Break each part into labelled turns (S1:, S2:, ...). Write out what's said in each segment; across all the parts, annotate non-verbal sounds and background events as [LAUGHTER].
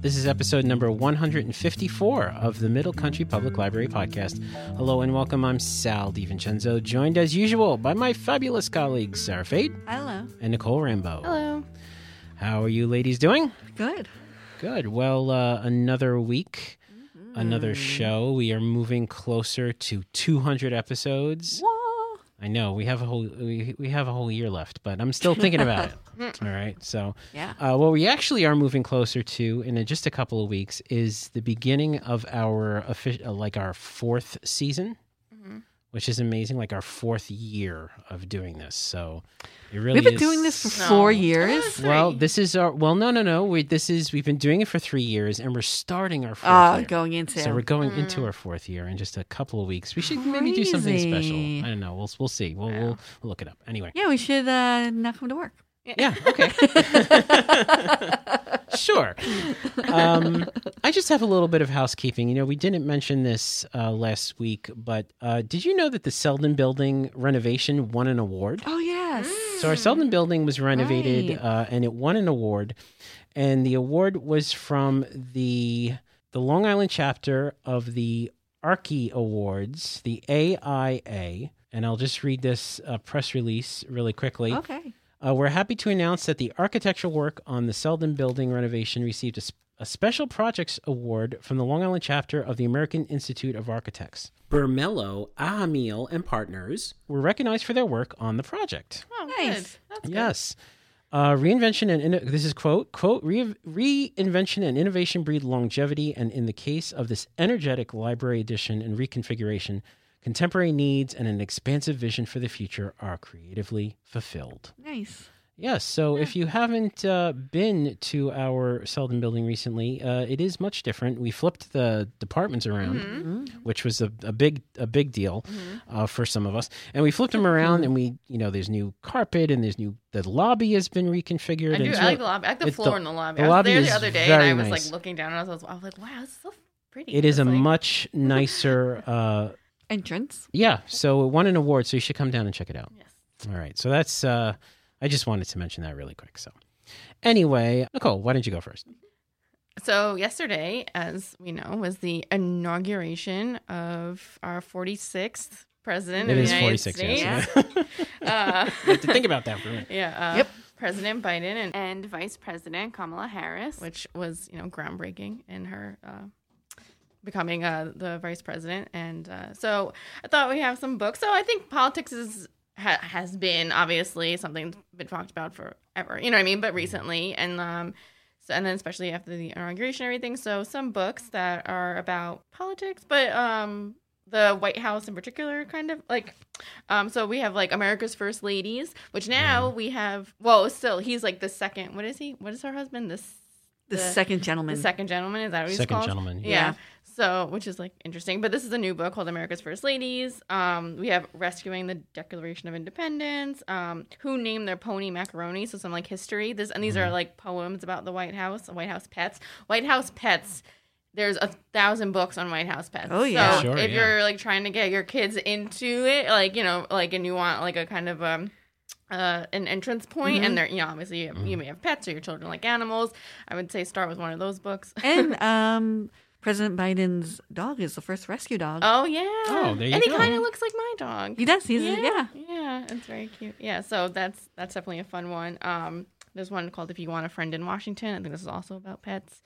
S1: This is episode number 154 of the Middle Country Public Library podcast. Hello and welcome. I'm Sal DiVincenzo, joined as usual by my fabulous colleagues Sarah Fade
S2: Hello.
S1: and Nicole Rambo.
S3: Hello.
S1: How are you ladies doing?
S2: Good.
S1: Good. Well, uh, another week, another show. We are moving closer to 200 episodes. I know we have a whole we, we have a whole year left, but I'm still thinking about it. All right, so
S2: Yeah.
S1: uh, what we actually are moving closer to in just a couple of weeks is the beginning of our offic- uh, like our fourth season,
S2: Mm-hmm.
S1: which is amazing. Like our fourth year of doing this, so it really
S2: We've been
S1: is-
S2: doing this for
S3: No.
S2: four years.
S1: Well, this is our well, no, no, no. We, this is we've been doing it for three years, and we're starting our fourth
S2: Uh,
S1: year.
S2: going into.
S1: So we're going
S2: Mm.
S1: into our fourth year in just a couple of weeks. We should maybe do something
S2: Crazy.
S1: special. I don't know. We'll we'll see. We'll we'll, we'll look it up. Anyway.
S2: yeah, we should uh, not come to work.
S1: Yeah.
S2: [LAUGHS]
S1: Okay. sure. Um, I just have a little bit of housekeeping. You know, we didn't mention this uh, last week, but uh, did you know that the Selden Building renovation won an award?
S2: Oh yes.
S1: So our Selden building was renovated
S2: Right.
S1: uh, and it won an award, and the award was from the the Long Island chapter of the Archie Awards, the AIA. And I'll just read this uh, press release really quickly.
S2: Okay.
S1: Uh, we're happy to announce that the architectural work on the Selden Building renovation received a, s- a special projects award from the Long Island chapter of the American Institute of Architects. Burmello, Ahamil, and partners were recognized for their work on the project.
S3: Oh,
S2: Nice.
S3: good. That's good.
S1: Yes. Uh, reinvention and inno- this is quote quote re- reinvention and innovation breed longevity and in the case of this energetic library edition and reconfiguration contemporary needs and an expansive vision for the future are creatively fulfilled
S2: Nice.
S1: yes so if you haven't uh, been to our selden building recently uh, it is much different we flipped the departments around
S3: Mm-hmm.
S1: which was a, a big a big deal uh, for some of us. And we flipped them
S3: Mm-hmm.
S1: around, and we you know there's new carpet, and there's new the lobby has been reconfigured.
S3: I
S1: and
S3: do.
S1: it's
S3: I like the
S1: really-
S3: lobby. I like the
S1: it's
S3: floor
S1: the-
S3: in the lobby.
S1: the
S3: I was
S1: lobby
S3: there
S1: is
S3: the other day and I
S1: very
S3: was
S1: nice.
S3: like looking down and I was, I was like, wow, this is so pretty.
S1: it is a
S3: It's like-
S1: much nicer. Uh,
S2: Entrance.
S1: yeah, so it won an award, so you should come down and check it out.
S3: Yes.
S1: All right, so that's. Uh, I just wanted to mention that really quick. So, anyway, Nicole, why don't you go first?
S3: So yesterday, as we know, was the inauguration of our 46th president.
S1: It
S3: of
S1: is
S3: the United
S1: 46.
S3: States.
S1: [LAUGHS] Yes.
S3: [LAUGHS]
S1: you
S3: Uh,
S1: have to think about that for a minute.
S3: [LAUGHS] Yeah. Uh,
S2: Yep.
S3: President Biden and, and Vice President Kamala Harris, which was you know groundbreaking in her uh, becoming uh, the vice president. And uh, so I thought we have some books. So I think politics is ha- has been obviously something that's been talked about forever. You know what I mean? But recently, and um, so, and then especially after the inauguration and everything. So some books that are about politics, but um, the White House in particular, kind of like. Um, so we have like America's First Ladies, which now we have. Well, still he's like the second. What is he? What is her husband? This
S2: The,
S3: The-
S2: second gentleman.
S3: the second gentleman is that what he's
S1: Second
S3: called?
S1: gentleman,
S3: Yeah.
S2: yeah.
S3: So, which is like interesting, but this is a new book called America's First Ladies. Um, we have Rescuing the Declaration of Independence. Um, Who named their pony Macaroni? So some like history. This and these
S1: Mm-hmm.
S3: are like poems about the White House, White House pets, White House pets. There's a thousand books on White House pets.
S2: Oh, yeah.
S3: So
S1: Sure,
S3: if
S1: yeah.
S3: you're like trying to get your kids into it, like you know, like and you want like a kind of um uh, an entrance point,
S1: Mm-hmm.
S3: and they're you know obviously you, have, you may have pets or your children like animals. I would say start with one of those books. [LAUGHS]
S2: and um, President Biden's dog is the first rescue dog.
S3: Oh yeah.
S1: Oh, there you
S3: and
S1: go.
S3: he kind of looks like my dog.
S2: he does. He's yeah.
S3: Yeah, it's very cute. Yeah, so that's that's definitely a fun one. Um, there's one called "If You Want a Friend in Washington." I think this is also about pets.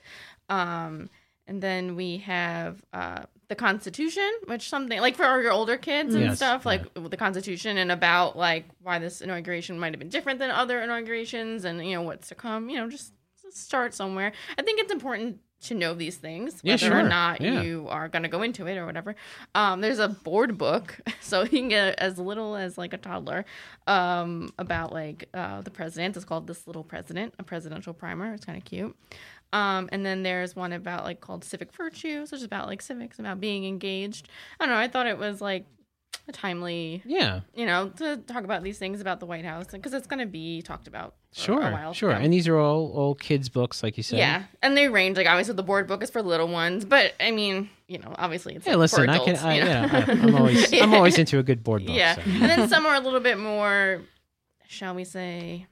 S3: Um, and then we have uh, the Constitution, which something like for your older kids and
S1: Yes,
S3: stuff, like the Constitution and about like why this inauguration might have been different than other inaugurations, and you know what's to come. You know, just, just start somewhere. I think it's important to know these things,
S1: Yeah,
S3: whether or
S1: sure.
S3: not
S1: Yeah.
S3: you are going to go into it or whatever. Um, there's a board book, [LAUGHS] so you can get as little as like a toddler um, about like uh, the president. It's called "This Little President," a presidential primer. It's kind of cute. Um, and then there's one about like called civic virtue, so it's about like civics, about being engaged. I don't know. I thought it was like a timely,
S1: Yeah.
S3: you know, to talk about these things about the White House because it's going to be talked about. for a
S1: Sure.
S3: while to
S1: Sure.
S3: come.
S1: And these are all all kids books, like you said.
S3: yeah, and they range like obviously the board book is for little ones, but I mean, you know, obviously it's
S1: Hey,
S3: like,
S1: listen,
S3: for
S1: I can.
S3: adults,
S1: I,
S3: you know?
S1: yeah,
S3: [LAUGHS]
S1: I, I'm always. I'm always into a good board book.
S3: yeah,
S1: so.
S3: [LAUGHS] and then some are a little bit more, shall we say,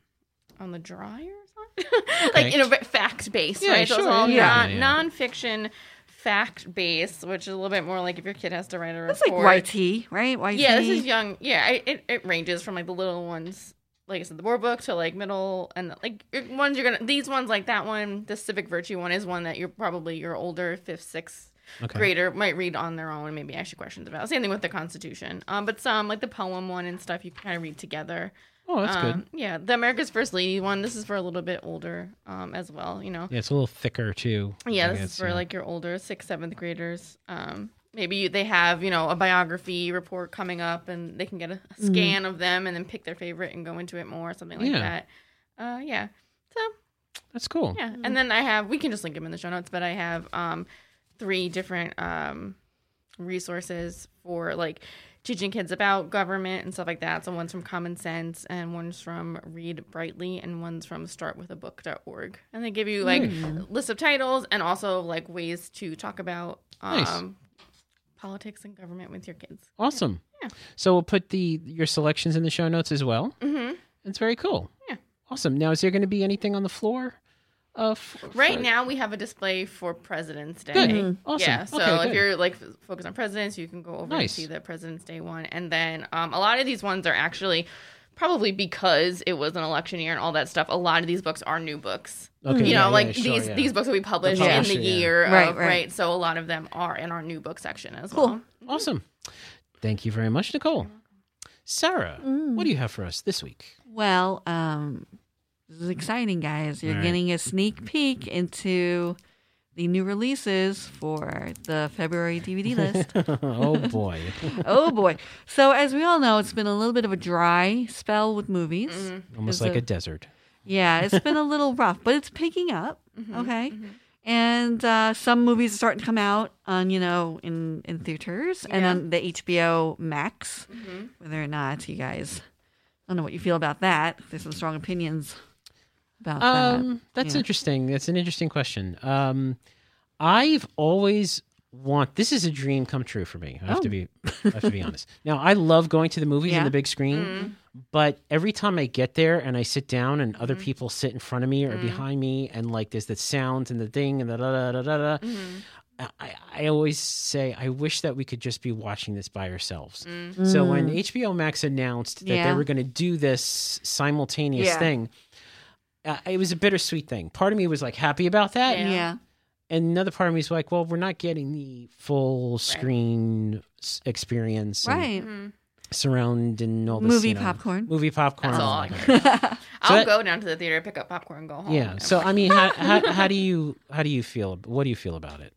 S3: on the dry or something, [LAUGHS] like
S1: Okay.
S3: in a fact based,
S1: Yeah,
S3: right? So it's
S1: sure,
S3: all
S1: yeah.
S3: non
S1: Yeah, yeah.
S3: nonfiction fact based, which is a little bit more like if your kid has to write a report.
S2: That's like YT, right? YT.
S3: Yeah, this is young. Yeah, I, it it ranges from like the little ones. Like I said, the board book to like middle and like your- ones you're gonna these ones like that one, the civic virtue one is one that you're probably your older fifth, sixth
S1: Okay.
S3: grader might read on their own and maybe ask you questions about. Same thing with the Constitution. Um, but some like the poem one and stuff you can kind of read together.
S1: Oh, that's
S3: um,
S1: good.
S3: Yeah, the America's First Lady one. This is for a little bit older, um, as well. You know.
S1: Yeah, it's a little thicker too. I
S3: Yeah, this
S1: guess,
S3: is for
S1: yeah.
S3: like your older sixth, seventh graders. Um, maybe you, they have you know a biography report coming up, and they can get a scan of them and then pick their favorite and go into it more, something like
S1: Yeah.
S3: that. Uh, yeah. So
S1: That's cool.
S3: yeah, and then I have we can just link them in the show notes, but I have um, three different um, resources for like teaching kids about government and stuff like that. So one's from Common Sense, and one's from Read Brightly, and one's from StartWithABook.org. And they give you like list of titles and also like ways to talk about um,
S1: Nice.
S3: politics and government with your kids.
S1: Awesome.
S3: Yeah.
S1: So we'll put the your selections in the show notes as well.
S3: Mm-hmm.
S1: It's very cool.
S3: Yeah.
S1: Awesome. Now, is there going to be anything on the floor? Uh, f-
S3: Right
S1: for-
S3: now, we have a display for President's Day.
S1: Good.
S2: Mm-hmm.
S1: Awesome.
S3: Yeah. So
S1: Okay,
S3: if
S1: good.
S3: you're like f- focused on presidents, you can go over and
S1: Nice.
S3: see the President's Day one. And then um, a lot of these ones are actually probably because it was an election year and all that stuff. A lot of these books are new books.
S1: Okay,
S3: you
S1: Mm-hmm. yeah, yeah,
S3: know, like
S1: sure,
S3: these
S1: yeah.
S3: these books will be published in the
S1: publisher, yeah.
S3: year,
S2: Right,
S3: of,
S2: right.
S3: right. So a lot of them are in our new book section as
S2: Cool.
S3: well.
S1: Awesome. Thank you very much, Nicole. Sarah, what do you have for us this week?
S2: Well, um, this is exciting, guys. You're
S1: All right.
S2: getting a sneak peek into the new releases for the
S1: [LAUGHS]
S2: February DVD list.
S1: oh boy.
S2: oh boy! So, as we all know, it's been a little bit of a dry spell with movies.
S3: Mm-hmm,
S1: Almost
S2: Is
S1: like
S2: it-
S1: a desert.
S2: Yeah, it's been a little rough, but it's picking up. Okay. And uh, some movies are starting to come out on, you know, in, in theaters and
S3: Yeah.
S2: on the HBO Max. Whether or not you guys, I don't know what you feel about that. There's some strong opinions about that.
S1: Um, that's
S2: Yeah.
S1: interesting. That's an interesting question. Um, I've always want this is a dream come true for me. I have to be I have to be [LAUGHS] honest. Now I love going to the movies
S2: Oh. Yeah. Mm-hmm.
S1: on the big screen, but every time I get there and I sit down and
S2: Mm-hmm.
S1: other people sit in front of me or behind me and like there's the sound and the ding and the da da da da da.
S2: Mm-hmm.
S1: I, I always say I wish that we could just be watching this by ourselves.
S3: mm-hmm.
S1: So when
S2: Mm.
S1: HBO Max announced that they
S2: Yeah.
S1: were going to do this simultaneous
S2: Yeah.
S1: thing, uh, it was a bittersweet thing. Part of me was like happy about that,
S3: Yeah.
S2: yeah.
S1: and another part of me was like, well, we're not getting the full screen s experience, and
S2: Right.
S3: Mm-hmm.
S1: Surround and all this
S2: Movie
S1: you know,
S2: popcorn.
S1: movie popcorn.
S3: That's all I
S1: and
S3: care
S1: that. [LAUGHS]
S2: [LAUGHS]
S3: I'll
S1: that-
S3: go down to the theater, pick up popcorn, and go home.
S1: yeah. So I mean, how, how, how do you how do you feel? What do you feel about it?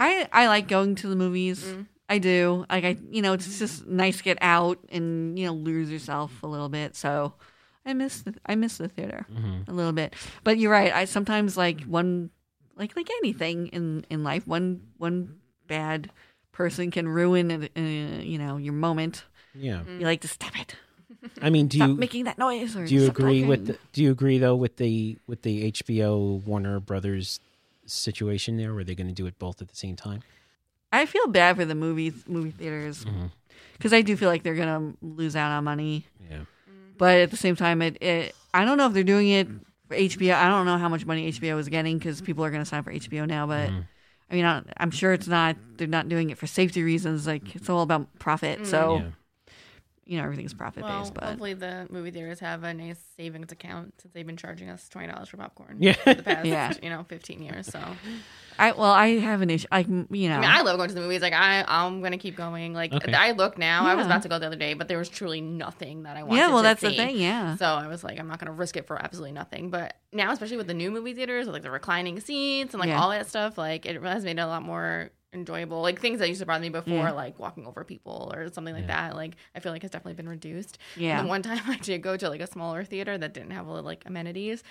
S2: I, I like going to the movies. I do. Like, I, you know, it's just nice to get out and, you know, lose yourself a little bit. So I miss the, I miss the theater.
S1: Mhm.
S2: a little bit. But you're right. I sometimes like one, like like anything in in life, one one bad person can ruin it, uh, you know your moment.
S1: Yeah.
S2: You like to stop it,
S1: I mean, do
S2: Mm-hmm. stop
S1: you
S2: making that noise. Or
S1: do you
S2: stop
S1: agree with
S2: talking.
S1: the, do you agree though with the with the HBO Warner Brothers situation there where they're going to do it both at the same time?
S2: I feel bad for the movie movie theaters
S1: Mhm.
S2: because I do feel like they're gonna lose out on money.
S1: Yeah.
S2: But at the same time, it, it I don't know if they're doing it for HBO. I don't know how much money HBO is getting because people are going to sign up for HBO now. But
S1: Mm-hmm.
S2: I mean, I, I'm sure it's not. They're not doing it for safety reasons. Like it's all about profit. So
S1: Yeah.
S2: you know, everything's profit
S3: Mm-hmm. Well,
S2: based. But
S3: hopefully the movie theaters have a nice savings account since they've been charging us twenty dollars for popcorn.
S1: Yeah.
S3: for the past
S2: Yeah.
S3: you know fifteen years. So I
S2: I well, I have an issue. Like m- you know,
S3: mean, I love going to the movies. Like I, I'm gonna keep going. Like
S1: Okay.
S3: I look now. I was
S2: Yeah.
S3: about to go the other day, but there was truly nothing that I wanted.
S2: yeah. Well,
S3: to
S2: that's the
S3: see.
S2: thing. Yeah.
S3: So I was like, I'm not gonna risk it for absolutely nothing. But now, especially with the new movie theaters, with like the reclining seats and like
S2: Yeah.
S3: all that stuff, like it has made it a lot more enjoyable. Like things that used to bother me before,
S2: Yeah.
S3: like walking over people or something like that. Like I feel like it's definitely been reduced. [LAUGHS]
S2: Yeah.
S3: The one time I did go to like a smaller theater that didn't have like amenities,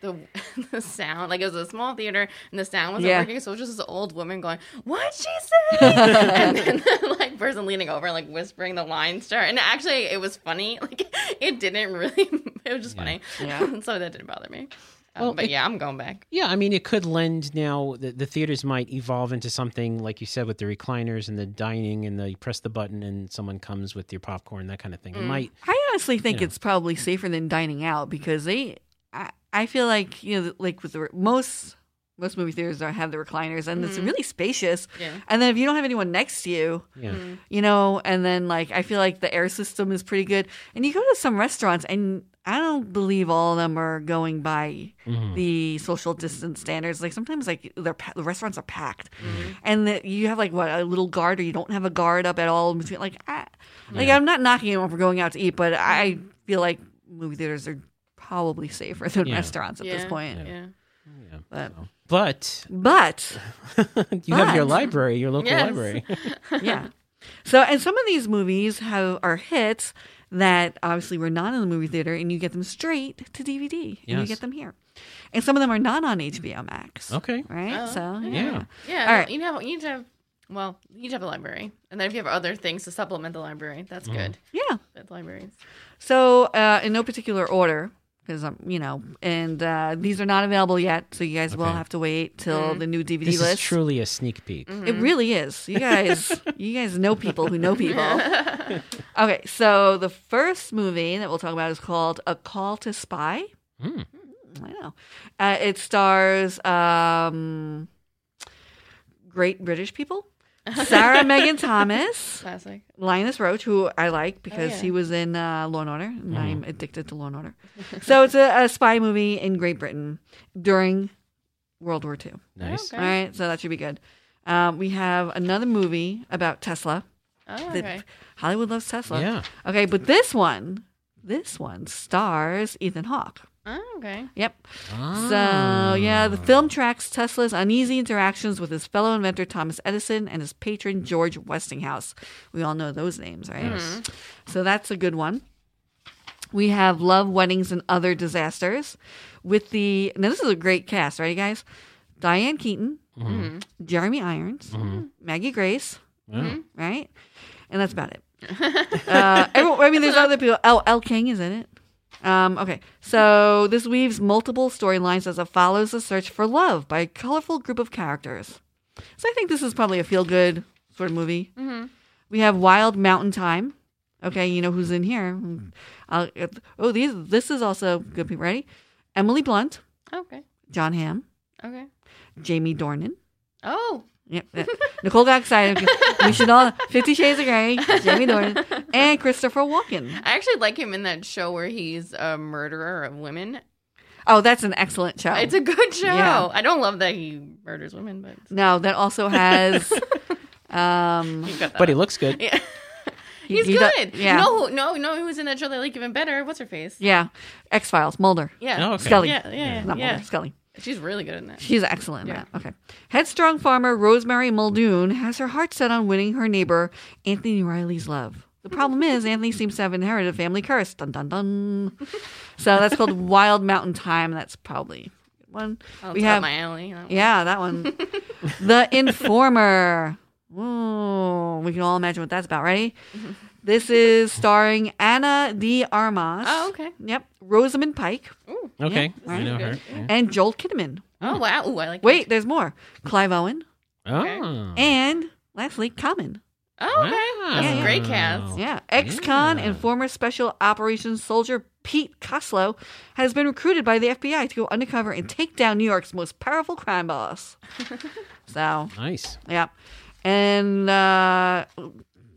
S3: the, [LAUGHS] the sound like it was a small theater and the sound wasn't
S2: Yeah.
S3: working so it was just this old woman going what she say
S2: [LAUGHS]
S3: and then the, like person leaning over like whispering the line start and actually it was funny [LAUGHS] like it didn't really [LAUGHS] it was just funny
S2: Yeah.
S3: [LAUGHS] so that didn't bother me um,
S1: Well,
S3: but
S1: it-
S3: yeah I'm going back
S1: Yeah, I mean, it could lend now. The, the theaters might evolve into something like you said with the recliners and the dining, and the you press the button and someone comes with your popcorn, that kind of thing.
S2: Mm.
S1: It might.
S2: I honestly think
S1: Yeah.
S2: it's probably safer than dining out because they, I, I feel like you know, like with the re- most most movie theaters are, have the recliners and
S3: Mm-hmm.
S2: it's really spacious.
S3: Yeah. Mm-hmm.
S2: And then if you don't have anyone next to you,
S1: Yeah,
S2: you know, and then like I feel like the air system is pretty good. And you go to some restaurants, and I don't believe all of them are going by
S1: Hmm. Mm-hmm.
S2: the social distance standards. Like sometimes like they're pa- the restaurants are packed,
S3: Mm-hmm.
S2: and the, you have like what a little guard, or you don't have a guard up at all in between. Like, I, like I'm not knocking anyone for going out to eat, but I feel like movie theaters are probably safer than
S1: Yeah.
S2: restaurants at this
S3: Yeah.
S2: point.
S3: yeah
S2: But
S1: but [LAUGHS]
S2: but
S1: you have your
S2: But-
S1: library, your local
S3: Yes.
S1: library.
S2: yeah. [LAUGHS] So, and some of these movies have are hits that obviously were not in the movie theater, and you get them straight to DVD, and you
S1: Yes.
S2: get them here. And some of them are not on HBO
S1: [LAUGHS]
S2: Max.
S1: okay.
S2: Right.
S3: Oh,
S2: so yeah.
S1: Yeah.
S3: yeah
S2: All right.
S3: you know you need to have well you need to have a library and then if you have other things to supplement the library that's
S2: Mm-hmm.
S3: good
S2: Yeah.
S3: with libraries
S2: So, uh, in no particular order, because I'm, you know, and uh, these are not available yet, so you guys will
S1: Okay.
S2: have to wait till the new DVD
S1: This
S2: list. Mm.
S1: is truly a sneak peek.
S2: It really is.
S1: [LAUGHS]
S2: You guys, you guys know people who know people. okay, so the first movie that we'll talk about is called A Call to Spy.
S1: Mm.
S2: I know. Uh, it stars um, great British people. Sarah [LAUGHS] Megan Thomas,
S3: classic
S2: Linus Roach, who I like because
S3: yeah.
S2: he was in uh, Law and Order, and I'm addicted to Law and Order. so it's a, a spy movie in Great Britain during World War II.
S1: Nice.
S3: Okay.
S2: All right, so that should be good. Um, we have another movie about Tesla.
S3: oh
S2: The-
S3: okay
S2: Hollywood loves Tesla.
S1: Yeah.
S2: Okay, but this one, this one stars Ethan Hawke.
S3: oh, okay
S2: Yep.
S1: Ah.
S2: So yeah, the film tracks Tesla's uneasy interactions with his fellow inventor Thomas Edison and his patron George Westinghouse. We all know those names, right? So that's a good one. We have Love, Weddings, and Other Disasters with the now this is a great cast, right, you guys? Diane Keaton, Jeremy Irons, Maggie Grace,
S1: Wow.
S2: right? And that's about it. uh, everyone, I mean, there's other people. Oh, L. King is in it. Um, okay, so this weaves multiple storylines as it follows the search for love by a colorful group of characters. So I think this is probably a feel-good sort of movie.
S3: Mm-hmm.
S2: We have Wild Mountain Time. Okay, you know who's in here. I'll, oh, these. This is also good. People ready? Emily Blunt,
S3: Okay.
S2: John Hamm,
S3: Okay.
S2: Jamie Dornan.
S3: Oh.
S2: Yep. uh, Nicole got excited. We should all Fifty Shades of Grey, Jamie Dornan, and Christopher Walken.
S3: I actually like him in that show where he's a murderer of women.
S2: Oh, that's an excellent show.
S3: It's a good show.
S2: Yeah.
S3: I don't love that he murders women, but
S2: no, that also has. Um,
S3: you got that.
S1: But he looks good.
S3: [LAUGHS] yeah.
S2: [LAUGHS]
S3: he's
S2: he do-
S3: good.
S2: yeah.
S3: No, no, no. Who was in that show that I like even better? What's her face?
S2: yeah, X Files, Mulder,
S3: Yeah.
S1: Oh, okay.
S2: Scully.
S3: Yeah. Yeah. Yeah.
S2: not
S3: yeah.
S2: Mulder, Scully.
S3: She's really good in that.
S2: She's excellent. in
S3: Yeah.
S2: that. Okay. Headstrong farmer Rosemary Muldoon has her heart set on winning her neighbor Anthony Riley's love. The problem is Anthony seems to have inherited a family curse. Dun dun dun. So that's
S3: [LAUGHS]
S2: called Wild Mountain Time. That's probably one.
S3: I'll
S2: we
S3: tell
S2: have
S3: my alley. that one.
S2: Yeah, that
S3: [LAUGHS]
S2: one. the Informer. Ooh, we can all imagine what that's about, right?
S3: Mm-hmm.
S2: This is starring Anna de Armas.
S3: Oh, okay.
S2: Yep. Rosamund Pike
S3: Ooh.
S1: Okay.
S2: Yeah.
S1: I know her.
S3: Good.
S1: Yeah.
S2: and Joel Kinnaman.
S3: Oh wow. Ooh, I like.
S2: Wait, there's more. Clive Owen
S1: Oh.
S2: and lastly Common.
S3: Oh, okay. That's
S1: Wow.
S3: a great cast.
S2: Yeah. Ex-con
S1: Yeah.
S2: and former special operations soldier Pete Coslow has been recruited by the FBI to go undercover and take down New York's most powerful crime
S3: [LAUGHS]
S2: boss. so
S1: Nice.
S2: Yeah. And uh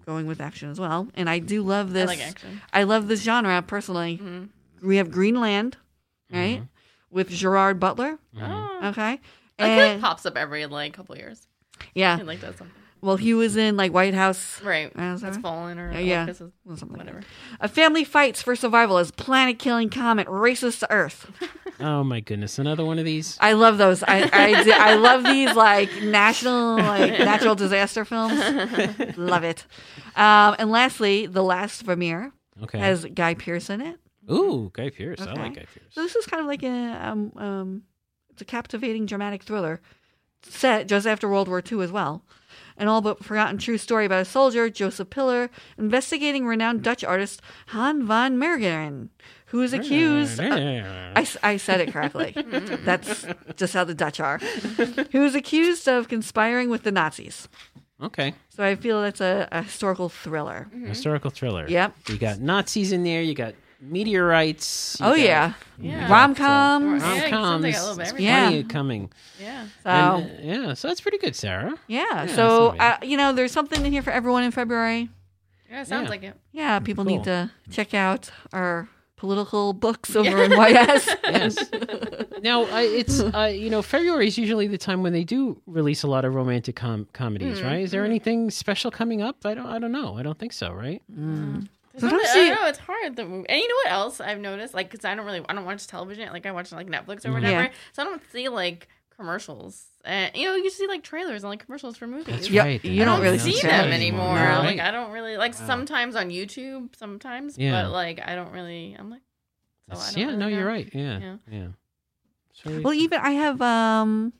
S2: going with action as well. And I do love this.
S3: like action. Mm-hmm.
S2: I love this genre personally. We have Greenland, right? With Gerard Butler.
S3: Oh.
S2: Mm-hmm. Okay.
S3: I feel like
S2: And-
S3: pops up every like couple years.
S2: yeah.
S3: He like does something.
S2: Well, he was in like White House.
S3: Right.
S2: Uh, is that
S3: That's
S2: right?
S3: fallen or
S2: Yeah, yeah.
S3: or this is-
S2: or Something like that.
S3: whatever.
S2: A family fights for survival as planet killing comet races to Earth.
S1: Oh my goodness, another one of these.
S2: I love those. I I, do- I love these like national like natural disaster
S3: [LAUGHS]
S2: films. love it. Um, and lastly, The Last Vermeer
S1: Okay.
S2: has Guy Pearce in it.
S1: Ooh, Guy Pierce. I like
S2: Okay.
S1: Guy Pierce.
S2: So this is kind of like a um, um it's a captivating dramatic thriller set just after World War II as well. An all but forgotten true story about a soldier, Joseph Pillar, investigating renowned Dutch artist Han van Meegeren, who is accused I, s- I said it correctly. That's just how the Dutch are. Who was accused of conspiring with the Nazis.
S1: okay.
S2: So I feel that's a, a historical thriller.
S3: Mm-hmm.
S1: Historical thriller.
S2: Yep.
S1: You got Nazis in there. You got meteorites. you
S2: oh,
S1: got
S2: yeah.
S3: Yeah.
S2: Rom coms.
S3: Yeah, it sounds
S1: Rom-coms.
S3: like a little bit
S1: It's
S3: everything.
S1: plenty
S2: Yeah.
S1: coming.
S3: Yeah.
S2: So,
S1: And, uh, yeah, so that's pretty good, Sarah.
S2: yeah.
S1: yeah,
S2: So,
S1: that's all
S2: uh, you know, there's something in here for everyone in February.
S3: Yeah, it sounds
S1: Yeah.
S3: like it.
S2: Yeah. People
S1: Cool.
S2: need to check out our political
S1: [LAUGHS]
S2: books over in YS.
S3: [LAUGHS]
S1: Yes. now I, it's uh, you know February is usually the time when they do release a lot of romantic com- comedies,
S3: Mm-hmm.
S1: right? Is there anything special coming up? I don't. I don't know. I don't think so. Right. Mm-hmm.
S3: There's
S2: But
S3: nothing-
S2: honestly-
S3: I don't know it's hard. The movie. And you know what else I've noticed? Like, because I don't really, I don't watch television. Like, I watch like Netflix or whatever.
S2: Yeah.
S3: So I don't see like commercials. And you know, you see like trailers and like commercials for movies.
S1: That's
S2: Yeah,
S1: right.
S2: you
S3: I
S2: don't
S3: don't
S2: really
S3: see
S2: see
S3: them
S2: them
S3: anymore. Oh
S1: No, right.
S3: Like, I don't really like sometimes on YouTube, sometimes,
S1: Yeah.
S3: but like I don't really. I'm like, so Oh, I
S1: That's-
S3: don't
S1: yeah.
S3: really
S1: No, you're
S3: know.
S1: right. Yeah. Yeah.
S3: Yeah.
S1: So-
S2: well, even I have um,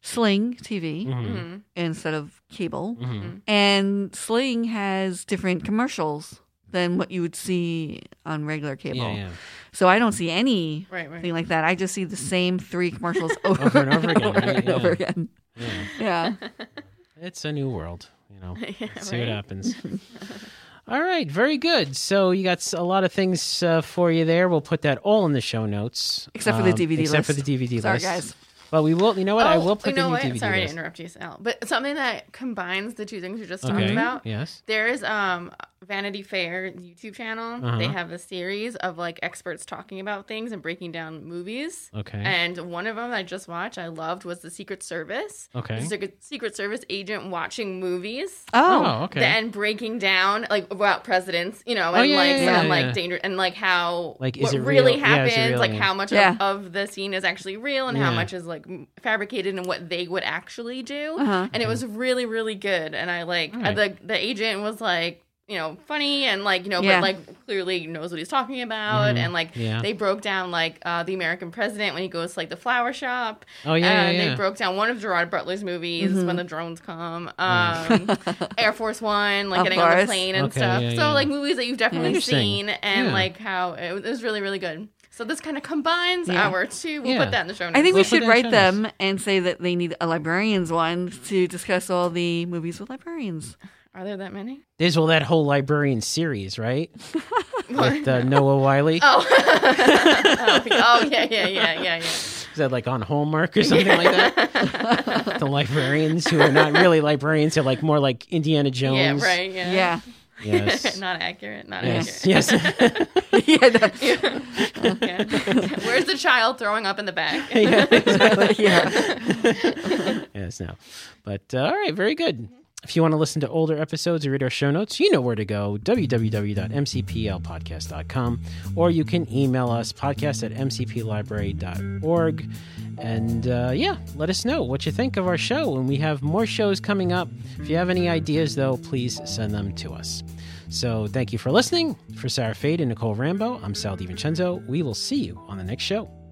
S2: Sling TV
S1: Mhm,
S3: Mhm.
S2: instead of cable.
S1: mhm.
S2: And Sling has different commercials than what you would see on regular cable.
S1: Yeah, yeah.
S2: So I don't see anything
S3: Right, [LAUGHS] right.
S2: like that. I just see the same three commercials
S1: [LAUGHS]
S2: over,
S1: Over and over again,
S2: [LAUGHS] over
S1: right?
S2: and
S1: Yeah.
S2: over again.
S1: yeah.
S2: Yeah.
S1: It's a new world, you know.
S3: Yeah,
S1: Let's see
S3: right.
S1: what happens. all right, very good. So you got s- a lot of things uh, for you there. We'll put that all in the show notes, um,
S2: Except for the DVD
S1: Except for
S2: list.
S1: the DVD
S2: Sorry,
S1: list,
S2: guys.
S1: But we will. You know what? I
S3: Oh,
S1: will put
S3: you know
S1: the new
S3: what?
S1: DVD
S3: Sorry
S1: list.
S3: to interrupt you, Sal, but something that combines the two things we just talked
S1: okay.
S3: about.
S1: Yes.
S3: There's um Vanity Fair YouTube channel.
S1: Uh-huh.
S3: They have a series of like experts talking about things and breaking down movies.
S1: Okay.
S3: And one of them I just watched, I loved, was the Secret Service.
S1: Okay.
S3: The Secret- Secret Service agent watching movies
S2: Oh,
S1: oh, okay.
S3: and breaking down like about presidents, you know,
S1: Oh,
S3: and
S1: yeah,
S3: like
S1: yeah,
S3: some
S1: yeah,
S3: like
S1: yeah.
S3: danger and like how
S1: Like, is
S3: what
S1: it
S3: really
S1: real? Yeah, is
S3: happens,
S1: it real?
S3: like how much
S2: Yeah.
S3: of, of the scene is actually real and how
S1: Yeah.
S3: much is like m- fabricated and what they would actually do.
S2: Uh-huh.
S3: And it was really really good. And I like
S1: All right.
S3: the the agent was like. You know, funny and like you know,
S2: Yeah.
S3: but like clearly knows what he's talking about,
S1: Mhm.
S3: and like
S1: Yeah.
S3: they broke down like uh, the American president when he goes to like the flower shop,
S1: oh yeah,
S3: and
S1: yeah, Mm-hmm. yeah.
S3: Uh, they broke down one of Gerard Butler's movies when the drones come, um,
S1: [LAUGHS]
S3: Air Force One, like
S2: Of
S3: getting on
S2: course.
S3: the plane and
S1: Okay,
S3: stuff.
S1: yeah,
S3: so
S1: yeah.
S3: like movies that you've definitely
S1: Interesting.
S3: seen, and
S1: Yeah.
S3: like how it was, it was really really good. So this kind of combines
S2: Yeah.
S3: our two. We'll
S1: Yeah.
S3: put that in the show notes.
S2: I think we
S1: We'll put
S2: should
S1: that
S2: write
S1: on
S2: them and say that they need a librarians one to discuss all the movies with librarians.
S3: Are there that many?
S1: There's well that whole librarian series,
S3: [LAUGHS]
S1: right? With uh, Noah Wiley.
S3: Oh. oh, [LAUGHS] oh, yeah, yeah, yeah, yeah, yeah.
S1: Is that like on Hallmark or something like that?
S3: [LAUGHS]
S1: the librarians who are not really librarians, they're like more like Indiana
S3: Yeah,
S1: Jones.
S3: right. Yeah.
S2: Yeah.
S1: Yes.
S3: [LAUGHS] not accurate. Not
S1: yes.
S3: accurate.
S1: Yes.
S2: yeah. that-
S3: Yeah. [LAUGHS] Where's the child throwing up in the back?
S1: [LAUGHS] yeah, exactly.
S2: yeah.
S1: [LAUGHS] yes. No. But uh, all right. Very good. If you want to listen to older episodes or read our show notes, you know where to go www.mcplpodcast.com or you can email us podcast at mcplibrary.org. And uh, yeah, let us know what you think of our show. And we have more shows coming up. If you have any ideas, though, please send them to us. So thank you for listening. For Sarah Fade and Nicole Rambo, I'm Sal DiVincenzo. We will see you on the next show.